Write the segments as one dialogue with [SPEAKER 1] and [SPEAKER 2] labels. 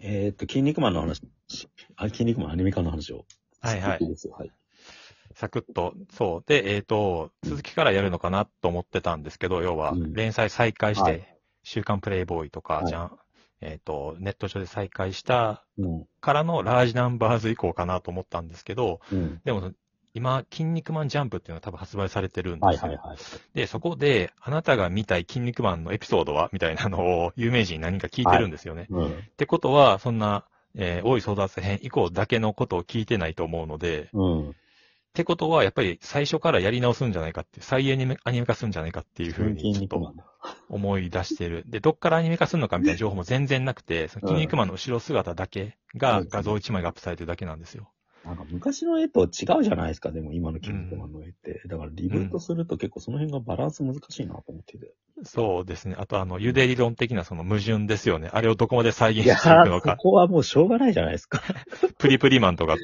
[SPEAKER 1] えーっと、筋肉マンの話、あ、筋肉マンアニメ化の話を。
[SPEAKER 2] はいはい
[SPEAKER 1] いですよ。はい。
[SPEAKER 2] サクッと。そう。で、えっ、と、続きからやるのかなと思ってたんですけど、要は
[SPEAKER 1] う、ん
[SPEAKER 2] 連載再開して、
[SPEAKER 1] は
[SPEAKER 2] 週刊プレイボーイとか、
[SPEAKER 1] はい
[SPEAKER 2] じゃん、えっ、と、ネット上で再開した
[SPEAKER 1] うん。
[SPEAKER 2] からのラージナンバーズ以降かなと思ったんですけど、
[SPEAKER 1] うん。
[SPEAKER 2] でも、今、筋肉マンジャンプっていうのが多分発売されてるんですよ。
[SPEAKER 1] はいはいはい。
[SPEAKER 2] で、そこで、あなたが見たい筋肉マンのエピソードはみたいなのを有名人に何か聞いてるんですよね。
[SPEAKER 1] うん。
[SPEAKER 2] ってことは、そんな、えー、大井争奪編以降だけのことを聞いてないと思うので、っ
[SPEAKER 1] うん。
[SPEAKER 2] てことは、やっぱり最初からやり直すんじゃないかって、再アニメアニメ化するんじゃないかっていうふうに、
[SPEAKER 1] 筋
[SPEAKER 2] ちょ
[SPEAKER 1] 肉
[SPEAKER 2] っ
[SPEAKER 1] マ
[SPEAKER 2] と
[SPEAKER 1] ンだ。
[SPEAKER 2] 思い出してる。で、どっからアニメ化するのかみたいな情報も全然なくて、その筋肉マンの後ろ姿だけが
[SPEAKER 1] うん
[SPEAKER 2] 画像1枚がアップされてるだけなんですよ。
[SPEAKER 1] なんか昔の絵と違うじゃないですか、でも今の筋肉マンの絵って。だからリブートすると結構その辺がバランス難しいなと思ってて。
[SPEAKER 2] そうですね。あと、あの、ゆで理論的なその矛盾ですよね。あれをどこまで再
[SPEAKER 1] い
[SPEAKER 2] 現
[SPEAKER 1] や
[SPEAKER 2] していくの
[SPEAKER 1] ー、
[SPEAKER 2] か
[SPEAKER 1] そ。こはもうしょうがないじゃないです か。
[SPEAKER 2] プリプリマンとか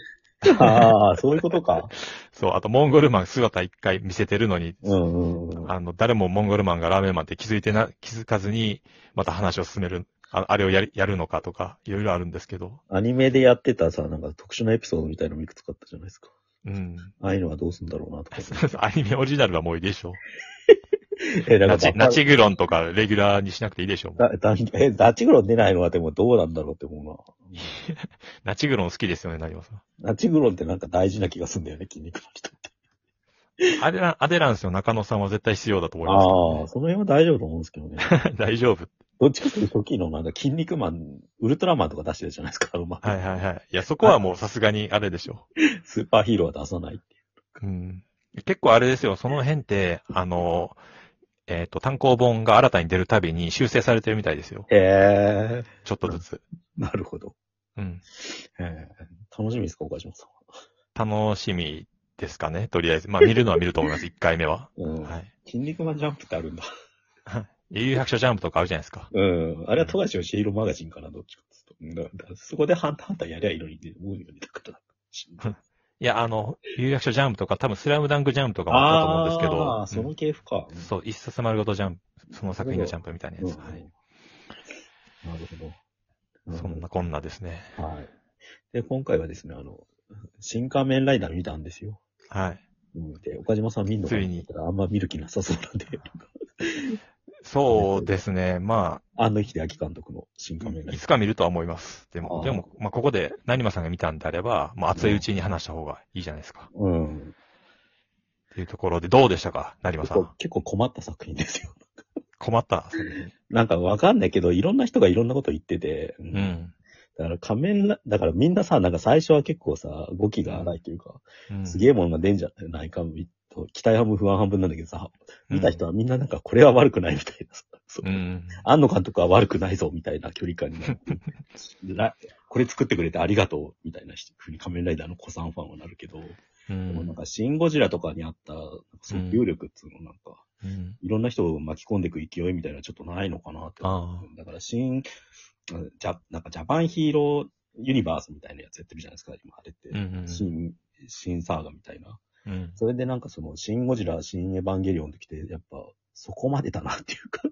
[SPEAKER 1] ああ、そういうことか。
[SPEAKER 2] そう、あとモンゴルマン姿一回見せてるのに、
[SPEAKER 1] うんうんうん。
[SPEAKER 2] あの、誰もモンゴルマンがラーメンマンって気づいてな、気づかずに、また話を進める、ああれをやりやるのかとか、いろいろあるんですけど、
[SPEAKER 1] アニメでやってたさ、なんか特殊なエピソードみたいのもいくつかあったじゃないですか。
[SPEAKER 2] うん。
[SPEAKER 1] ああいうのはどうすんだろうなと か。
[SPEAKER 2] アニメオリジナルはもういいでしょ。
[SPEAKER 1] え、だ
[SPEAKER 2] ナ
[SPEAKER 1] か
[SPEAKER 2] チ
[SPEAKER 1] ら、
[SPEAKER 2] ナチグロンとかレギュラーにしなくていいでしょ。
[SPEAKER 1] だだえ、ダチグロ出ないのはでもどうなんだろうって思
[SPEAKER 2] ナチグロン好きですよね、なります。
[SPEAKER 1] うな。ダチグロってなんか大事な気がするんだよね、筋肉の人って。
[SPEAKER 2] アデラアデランスの中野さんは絶対必要だと思い
[SPEAKER 1] ああ
[SPEAKER 2] ま
[SPEAKER 1] ー、その辺は大丈夫と思うんですけどね。
[SPEAKER 2] すけどね。 大丈夫。
[SPEAKER 1] どっちかというと初期のなんか筋肉マン、ウルトラマンとか出してるじゃないですか、うまく
[SPEAKER 2] はいはいはい。いや、そこはもうさすがにあれでしょ。
[SPEAKER 1] スーパーヒーローは出さないってい
[SPEAKER 2] うん結構あれですよ、その辺って、あの、えっ、と、単行本が新たに出るたびに修正されてるみたいですよ。
[SPEAKER 1] う。へえ。
[SPEAKER 2] ちょっとずつ。
[SPEAKER 1] なるほど。
[SPEAKER 2] うん。
[SPEAKER 1] へえ。楽しみですか、岡島さん。
[SPEAKER 2] 楽しみですかね、とりあえず。まあ、見るのは見ると思います、1回目は。
[SPEAKER 1] うん。
[SPEAKER 2] はい。
[SPEAKER 1] 筋肉マンジャンプってあるんだ。
[SPEAKER 2] 有白書ジャンプとかあるじゃないですか。
[SPEAKER 1] うん。あれは富樫よしひろマガジンかな、どっちかっていうとうん。だからそこでハンターハンターやりゃいいのにね、思うよね。だ から。
[SPEAKER 2] いや、あの、有白書ジャンプとか、多分スラムダンクジャンプとかもあったと思うん
[SPEAKER 1] あー
[SPEAKER 2] ですけ
[SPEAKER 1] そ
[SPEAKER 2] ど、う
[SPEAKER 1] の
[SPEAKER 2] ん
[SPEAKER 1] 系譜か。
[SPEAKER 2] そう、一冊丸ごとジャンプ、その作品のジャンプみたいなや
[SPEAKER 1] うん
[SPEAKER 2] つ。はい。
[SPEAKER 1] なるほど。
[SPEAKER 2] そんなこんなですね。
[SPEAKER 1] はい。で、今回はですね、あの、新仮面ライダー見たんですよ。
[SPEAKER 2] はい。
[SPEAKER 1] うんで、岡島さん見んのかな
[SPEAKER 2] ついに
[SPEAKER 1] と思ったらあんま見る気なさそうなんで。
[SPEAKER 2] そうですね。まあ、
[SPEAKER 1] 安野秀明監督の新仮面ライ
[SPEAKER 2] い
[SPEAKER 1] ダー。
[SPEAKER 2] つか見るとは思います。で
[SPEAKER 1] あ
[SPEAKER 2] も、
[SPEAKER 1] あ
[SPEAKER 2] でも、まあ、ここで、成馬さんが見たんであれば、まあ、熱いうちに話した方がいいじゃないですか。
[SPEAKER 1] うん。
[SPEAKER 2] っていうところで、どうでしたか、成馬
[SPEAKER 1] 結
[SPEAKER 2] さ
[SPEAKER 1] 構
[SPEAKER 2] ん。
[SPEAKER 1] 結構困った作品ですよ。
[SPEAKER 2] 困った。それに
[SPEAKER 1] なんかわかんないけど、いろんな人がいろんなこと言ってて。う
[SPEAKER 2] う。ん。
[SPEAKER 1] だから仮面ラ、だからみんなさ、なんか最初は結構さ、語気が荒いというか、
[SPEAKER 2] うん、
[SPEAKER 1] すげえものが出んじゃないか、と期待半分不安半分なんだけどさ、見た人
[SPEAKER 2] は。
[SPEAKER 1] はみんななんかこれは悪くないみたいなさ、そう
[SPEAKER 2] うん。
[SPEAKER 1] 安野監督は悪くないぞみたいな距離感になって、らこれ作ってくれてありがとうみたいなふうに仮面ライダーの子さんファンはなるけど、
[SPEAKER 2] う
[SPEAKER 1] でもなん
[SPEAKER 2] ん。
[SPEAKER 1] かシン・ゴジラとかにあった、なんか即興力っていうのなんか、
[SPEAKER 2] うん
[SPEAKER 1] いろんな人を巻き込んでいく勢いみたいなのちょっとないのかなって。
[SPEAKER 2] あ
[SPEAKER 1] だから新、あジャ、なんかジャパンヒーローユニバースみたいなやつやってるじゃないですか、今あれって。
[SPEAKER 2] あ。うんうん
[SPEAKER 1] 新、新サーガみたいな。
[SPEAKER 2] うん。
[SPEAKER 1] それでなんかその、新ゴジラ、新エヴァンゲリオンって来て、やっぱ、そこまでだなっていうか、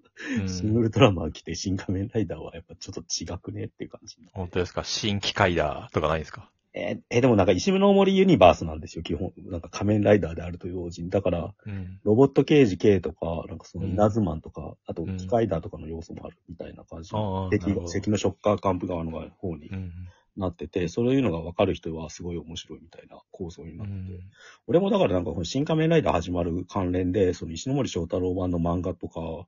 [SPEAKER 2] うん
[SPEAKER 1] 新ウルトラマン来て、新仮面ライダーはやっぱちょっと違くねっていう感じ。
[SPEAKER 2] 本当ですか新機械だとかないですか
[SPEAKER 1] えーえーでもなんか石の森ユニバースなんですよ、基本。なんか仮面ライダーであると同時に。だから、
[SPEAKER 2] うん。
[SPEAKER 1] ロボット刑事 K とか、なんかその
[SPEAKER 2] うん
[SPEAKER 1] イナズマンとか、あと
[SPEAKER 2] うん
[SPEAKER 1] 機械だとかの要素もあるみたいな感じ。
[SPEAKER 2] ああ、な
[SPEAKER 1] 敵
[SPEAKER 2] るほど。
[SPEAKER 1] 敵のショッカーカンプ側の方に
[SPEAKER 2] うん。
[SPEAKER 1] なってて、そういうのが分かる人はすごい面白いみたいな構造に
[SPEAKER 2] う
[SPEAKER 1] なってて。
[SPEAKER 2] ん。
[SPEAKER 1] 俺もだからなんかこの新仮面ライダー始まる関連で、その石ノ森章太郎版の漫画とか、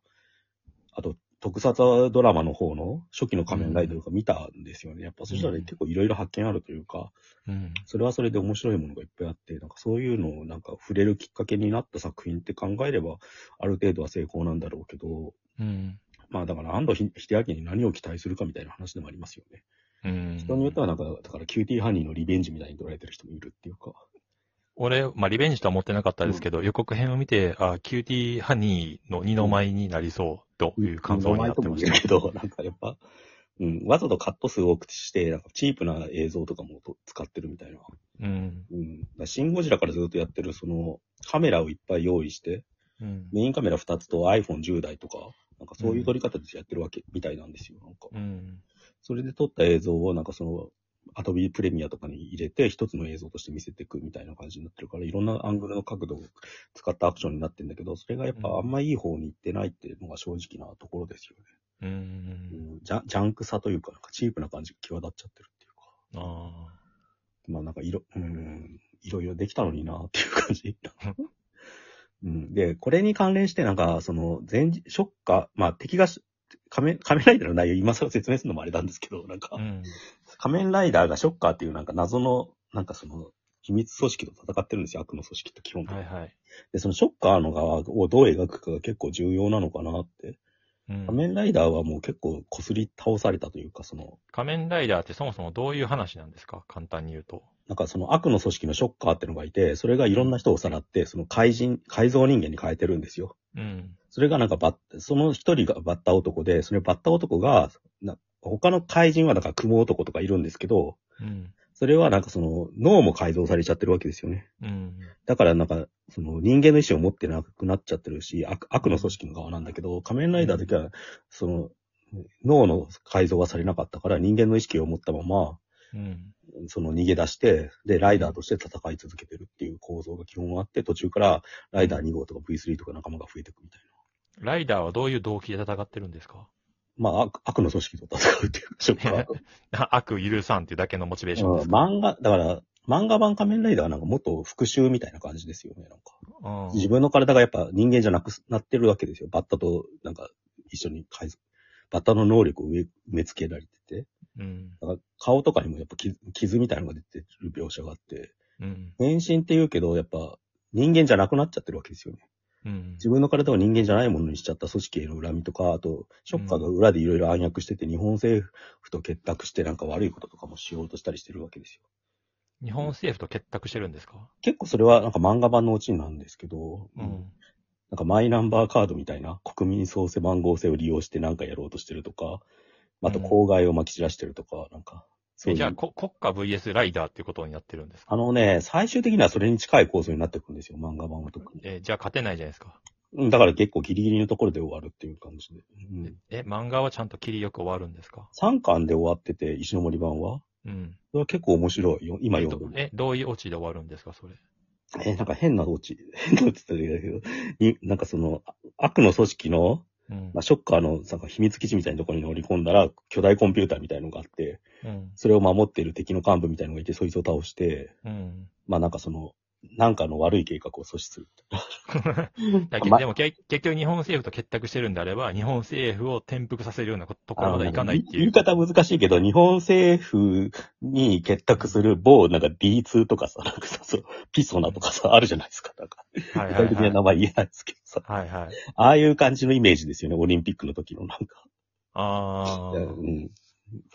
[SPEAKER 1] あと特撮ドラマの方の初期の仮面ライダーとか見たんですよね。やっぱそしたら
[SPEAKER 2] うん
[SPEAKER 1] 結構いろいろ発見あるというか、
[SPEAKER 2] うん。
[SPEAKER 1] それはそれで面白いものがいっぱいあって、なんかそういうのをなんか触れるきっかけになった作品って考えれば、ある程度は成功なんだろうけど、
[SPEAKER 2] うん。
[SPEAKER 1] まあだから安藤秀明に何を期待するかみたいな話でもありますよね。
[SPEAKER 2] うん。
[SPEAKER 1] 人によってはなんか、だからキューティーハニーのリベンジみたいに取られてる人もいるっていうか。
[SPEAKER 2] 俺、まあ、リベンジとは思ってなかったですけど、予告編を見て、あ、キューティーハニーの二の舞になりそうという感想になってました。
[SPEAKER 1] 名前とも言えるけど、 なんかやっぱ、うん、わざとカット数多くして、なんかチープな映像とかもと使ってるみたいな。
[SPEAKER 2] うん。
[SPEAKER 1] うん。だからシン・ゴジラからずっとやってる、その、カメラをいっぱい用意して、
[SPEAKER 2] うん。
[SPEAKER 1] メインカメラ2つと iPhone10 台とか、なんかそういう撮り方でやってるわけ、みたいなんですよ。なんか、
[SPEAKER 2] うん。
[SPEAKER 1] それで撮った映像をなんかその、アドビープレミアとかに入れて、一つの映像として見せていくみたいな感じになってるから、いろんなアングルの角度を使ったアクションになってんだけど、それがやっぱあんまいい方に行ってないっていうのが正直なところですよね。
[SPEAKER 2] う。
[SPEAKER 1] うんん、ジャンジャンクさというか、なんかチープな感じが際立っちゃってるっていうか。
[SPEAKER 2] ああ。
[SPEAKER 1] まあなんかいろ、うん、いろいろできたのになっていう感 じ。うん、で、これに関連してなんか、その、前日、ショッカー、まあ敵がし、仮面、仮面ライダーの内容今更説明するのもあれなんですけど、なんか
[SPEAKER 2] う、ん。
[SPEAKER 1] 仮面ライダーがショッカーっていうなんか謎の、なんかその、秘密組織と戦ってるんですよ、悪の組織と基本的に。
[SPEAKER 2] はいはい。
[SPEAKER 1] で、そのショッカーの側をどう描くかが結構重要なのかなって。
[SPEAKER 2] うん
[SPEAKER 1] 仮面ライダーはもう結構擦り倒されたというか、その、
[SPEAKER 2] 仮面ライダーってそもそもどういう話なんですか簡単に言うと。
[SPEAKER 1] なんかその悪の組織のショッカーってのがいて、それがいろんな人をさらって、その怪人、改造人間に変えてるんですよ。
[SPEAKER 2] うん。
[SPEAKER 1] それがなんかバッ、その一人がバッタ男で、それバッタ男が、な他の怪人はなんか雲男とかいるんですけど、
[SPEAKER 2] うん。
[SPEAKER 1] それはなんかその脳も改造されちゃってるわけですよね。
[SPEAKER 2] うん。
[SPEAKER 1] だからなんか、その人間の意志を持ってなくなっちゃってるし、悪悪の組織の側なんだけど、仮面ライダーだけは、その、脳の改造がされなかったから人間の意識を持ったまま、
[SPEAKER 2] うん。
[SPEAKER 1] その逃げ出して、で、ライダーとして戦い続けてるっていう構造が基本はあって、途中からライダー2号とか V3 とか仲間が増えていくみたいな。
[SPEAKER 2] ライダーはどういう動機で戦ってるんですか
[SPEAKER 1] まあ、悪悪の組織と戦うっていう、ショッカーと。
[SPEAKER 2] あ悪許さんっていうだけのモチベーション
[SPEAKER 1] うん
[SPEAKER 2] ですか、
[SPEAKER 1] 漫画、だから、漫画版仮面ライダーはなんかもっと復讐みたいな感じですよね、なんか。
[SPEAKER 2] うん、
[SPEAKER 1] 自分の体がやっぱ人間じゃなくすなってるわけですよ。バッタとなんか一緒に改造。バッタの能力を植え埋め付けられてて。
[SPEAKER 2] うん。
[SPEAKER 1] だから顔とかにもやっぱ傷傷みたいなのが出てる描写があって。
[SPEAKER 2] うん。
[SPEAKER 1] 変身って言うけど、やっぱ人間じゃなくなっちゃってるわけですよね。
[SPEAKER 2] うん。
[SPEAKER 1] 自分の体を人間じゃないものにしちゃった組織への恨みとか、あと、ショッカーが裏でいろいろ暗躍してて、日本政府と結託してなんか悪いこととかもしようとしたりしてるわけですよ。
[SPEAKER 2] 日本政府と結託してるんですか
[SPEAKER 1] 結構それはなんか漫画版のオチなんですけど、
[SPEAKER 2] う
[SPEAKER 1] なん
[SPEAKER 2] ん。
[SPEAKER 1] かマイナンバーカードみたいな国民創生番号制を利用してなんかやろうとしてるとか、あと公害をまき散らしてるとか、なんか、そう
[SPEAKER 2] え
[SPEAKER 1] い
[SPEAKER 2] じゃあ、
[SPEAKER 1] う。
[SPEAKER 2] こ国家 VS ライダーっていうことになってるんですか
[SPEAKER 1] あのね、最終的にはそれに近い構造になってくるんですよ、漫画版は特に。
[SPEAKER 2] えじゃあ勝てないじゃないですか。
[SPEAKER 1] うんだから結構ギリギリのところで終わるっていう感じで。うん
[SPEAKER 2] え、漫画はちゃんと切りよく終わるんですか
[SPEAKER 1] 3巻で終わってて、石の森版は。
[SPEAKER 2] うん。
[SPEAKER 1] それは結構面白いよ。今読んでる。
[SPEAKER 2] え、どういうオチで終わるんですかそれ。
[SPEAKER 1] えなんか変なオチ。変なオチって言ったらいいんだけど、に、なんかその、悪の組織の、
[SPEAKER 2] うん
[SPEAKER 1] まあ、。ショッカーの、なんか秘密基地みたいなところに乗り込んだら、巨大コンピューターみたいのがあって、
[SPEAKER 2] うん。
[SPEAKER 1] それを守っている敵の幹部みたいのがいて、そいつを倒して、
[SPEAKER 2] うん。
[SPEAKER 1] まあなんかその、なんかの悪い計画を阻止する。
[SPEAKER 2] だけ でも、け結局日本政府と結託してるんであれば、日本政府を転覆させるようなこところまでいかないってい。
[SPEAKER 1] 言いう方難しいけど、日本政府に結託する某、なんか D2 とかさ、なんかさ、そう、ピソナとかさ、あるじゃないですか。なんか、
[SPEAKER 2] は
[SPEAKER 1] 具
[SPEAKER 2] いはい
[SPEAKER 1] 体的
[SPEAKER 2] は。
[SPEAKER 1] ない名前言えないですけどさ。
[SPEAKER 2] はいはい。
[SPEAKER 1] ああいう感じのイメージですよね、オリンピックの時のなんか。
[SPEAKER 2] あ
[SPEAKER 1] うん、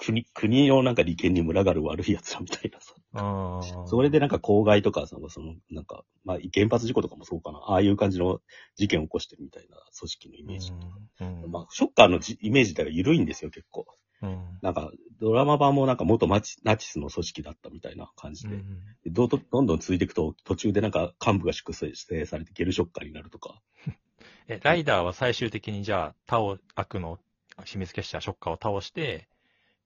[SPEAKER 1] 国、国のなんか利権に群がる悪い奴らみたいなさ。
[SPEAKER 2] あ。ああ。
[SPEAKER 1] それでなんか公害とか、その、そのなんか、まあ、原発事故とかもそうかな。ああいう感じの事件を起こしてるみたいな組織のイメージ。
[SPEAKER 2] うん。うん
[SPEAKER 1] まあ、ショッカーのじイメージだから緩いんですよ、結構。
[SPEAKER 2] うん。
[SPEAKER 1] なんか、ドラマ版もなんか元マチナチスの組織だったみたいな感じ
[SPEAKER 2] う
[SPEAKER 1] で。
[SPEAKER 2] ん
[SPEAKER 1] でどうとどんどん続いていくと、途中でなんか幹部が粛清されてゲルショッカーになるとか。
[SPEAKER 2] え、ライダーは最終的にじゃあ、倒、悪の秘密結社、ショッカーを倒して、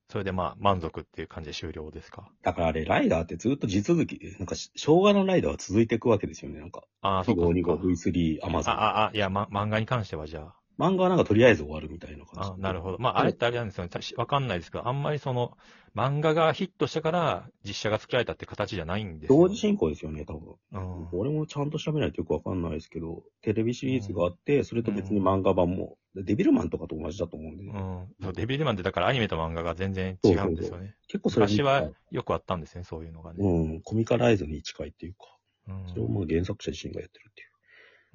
[SPEAKER 2] それでまあ、満足っていう感じで終了ですか。
[SPEAKER 1] だからあれ、ライダーってずっと地続き、なんかし昭和のライダーは続いていくわけですよね、なんか。
[SPEAKER 2] ああ、
[SPEAKER 1] 1
[SPEAKER 2] そうか
[SPEAKER 1] 号、2
[SPEAKER 2] そ
[SPEAKER 1] 号、
[SPEAKER 2] うか。
[SPEAKER 1] V3、アマゾ
[SPEAKER 2] あ
[SPEAKER 1] ン。
[SPEAKER 2] あ、あ、いや、ま、漫画に関してはじゃあ。
[SPEAKER 1] 漫画はなんかとりあえず終わるみたいな感
[SPEAKER 2] あ
[SPEAKER 1] じ。
[SPEAKER 2] なるほど。まあ、あれってあれなんですよね。たしわかんないですけど、あんまりその、漫画がヒットしたから、実写が作られたって形じゃないんですよ。
[SPEAKER 1] 同時進行ですよね、多分。
[SPEAKER 2] うん。
[SPEAKER 1] 俺もちゃんと調べないとよくわかんないですけど、テレビシリーズがあって、それと別に漫画版も、デビルマンとかと同じだと思うんで、
[SPEAKER 2] うん。そう、デビルマンってだからアニメと漫画が全然違うんですよね。
[SPEAKER 1] 結構それに
[SPEAKER 2] 昔は
[SPEAKER 1] 近い
[SPEAKER 2] よくあったんですね、そういうのがね。
[SPEAKER 1] うん、コミカライズに近いっていうか、
[SPEAKER 2] うん
[SPEAKER 1] それをまあ原作者自身がやってるっていう。
[SPEAKER 2] う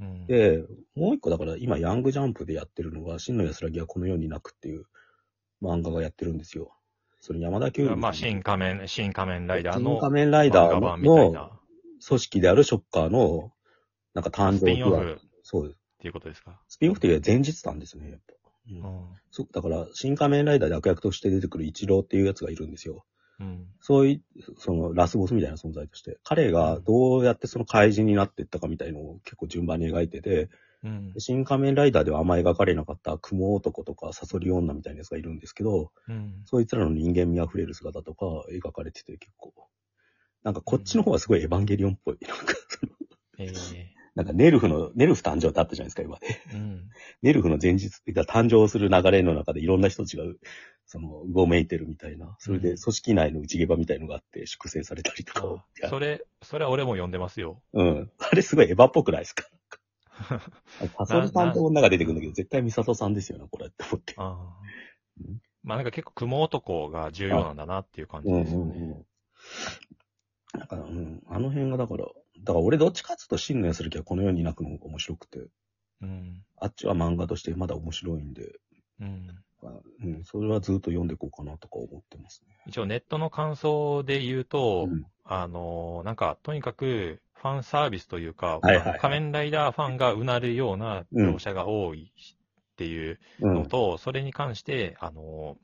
[SPEAKER 2] ん
[SPEAKER 1] で、もう一個だから今、ヤングジャンプでやってるのが、真の安らぎはこの世になくっていう漫画がやってるんですよ。それ山田
[SPEAKER 2] そ
[SPEAKER 1] 九
[SPEAKER 2] れ
[SPEAKER 1] 郎
[SPEAKER 2] は
[SPEAKER 1] さん
[SPEAKER 2] まあ、新仮面、新仮面ライダーの
[SPEAKER 1] 新仮面ライ
[SPEAKER 2] 漫
[SPEAKER 1] ダー
[SPEAKER 2] 画
[SPEAKER 1] の
[SPEAKER 2] 版みたいな。
[SPEAKER 1] 組織であるショッカーの、なんか誕
[SPEAKER 2] ス
[SPEAKER 1] 生
[SPEAKER 2] ピンオ
[SPEAKER 1] 秘話
[SPEAKER 2] フっ
[SPEAKER 1] そうです。
[SPEAKER 2] ていうことですか。
[SPEAKER 1] スピンオフというよりは前日談ですね、やっぱ。う
[SPEAKER 2] うんん。
[SPEAKER 1] そうだから、新仮面ライダーで悪役として出てくるイチローっていうやつがいるんですよ。
[SPEAKER 2] うん。
[SPEAKER 1] そういう、その、ラスボスみたいな存在として。彼がどうやってその怪人になっていったかみたいのを結構順番に描いてて、
[SPEAKER 2] うん。
[SPEAKER 1] 新仮面ライダーではあまり描かれなかった雲男とかサソリ女みたいなやつがいるんですけど、
[SPEAKER 2] うん。
[SPEAKER 1] そいつらの人間味あふれる姿とか描かれてて結構、なんかこっちの方はすごいエヴァンゲリオンっぽい。なんか、
[SPEAKER 2] え
[SPEAKER 1] なんかネルフの、ネルフ誕生ってあったじゃないですか、今ね。
[SPEAKER 2] えうん。
[SPEAKER 1] ネルフの前日が誕生する流れの中でいろんな人たちが、その、うごめいてるみたいな。それで組織内の内毛場みたいのがあって粛清されたりとかを
[SPEAKER 2] あ。それ、それは俺も読んでますよ。
[SPEAKER 1] うん。あれすごいエヴァっぽくないですかサソリさんと女が出てくるんだけど、絶対ミサトさんですよな、これって思って。
[SPEAKER 2] ああ
[SPEAKER 1] うん。
[SPEAKER 2] まあなんか結構雲男が重要なんだなっていう感じですよね。
[SPEAKER 1] うん。だから、うん、あの辺がだから、だから俺どっちかっつうと信念する気はこの世になくの方が面白くて、
[SPEAKER 2] うん。
[SPEAKER 1] あっちは漫画としてまだ面白いんで、
[SPEAKER 2] うん。
[SPEAKER 1] まあうん、それはずっと読んでいこうかなとか思ってますね。
[SPEAKER 2] 一応ネットの感想で言うと、
[SPEAKER 1] うん
[SPEAKER 2] あのーなんか、とにかく、ファンサービスというか、
[SPEAKER 1] はいはいはい
[SPEAKER 2] 仮面ライダーファンがうなるような描写が多いっていう
[SPEAKER 1] う
[SPEAKER 2] の
[SPEAKER 1] ん。
[SPEAKER 2] と、それに関して、あの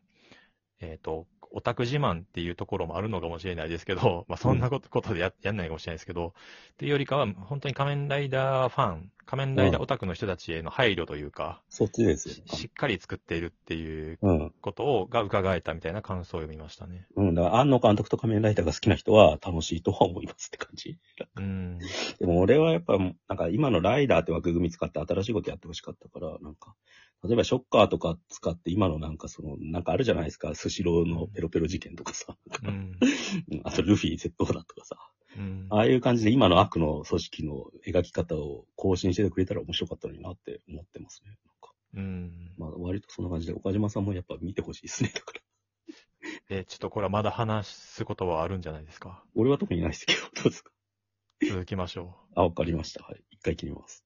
[SPEAKER 2] ーえっ、と、オタク自慢っていうところもあるのかもしれないですけど、ま あ、そんなことことでややんないかもしれないですけど、っていうよりかは、本当に仮面ライダーファン、仮面ライダーオタクの人たちへの配慮というか、
[SPEAKER 1] そっちですよ
[SPEAKER 2] ししっかり作っているっていう
[SPEAKER 1] ね。
[SPEAKER 2] ことをが伺えたみたいな感想を読みましたね。
[SPEAKER 1] うん。うん。だから、庵野監督と仮面ライダーが好きな人は楽しいとは思いますって感じ。
[SPEAKER 2] うん。
[SPEAKER 1] でも俺はやっぱ、なんか今のライダーって枠組み使って新しいことやってほしかったから、なんか、例えばショッカーとか使って今のなんかその、なんかあるじゃないですか、スシローのペロペロ事件とかさ、
[SPEAKER 2] うん。
[SPEAKER 1] うんあとルフィ窃盗だとかさ、
[SPEAKER 2] うん
[SPEAKER 1] ああいう感じで今の悪の組織の描き方を更新しててくれたら面白かったのになって思ってますね。なんか
[SPEAKER 2] うん。
[SPEAKER 1] まあ割とそんな感じで、岡島さんもやっぱ見てほしいですね。だから。
[SPEAKER 2] え、ちょっとこれはまだ話すことはあるんじゃないですか。
[SPEAKER 1] 俺は特にないですけど、どうですか
[SPEAKER 2] 続きましょう。
[SPEAKER 1] あ、わかりました。はい。一回切ります。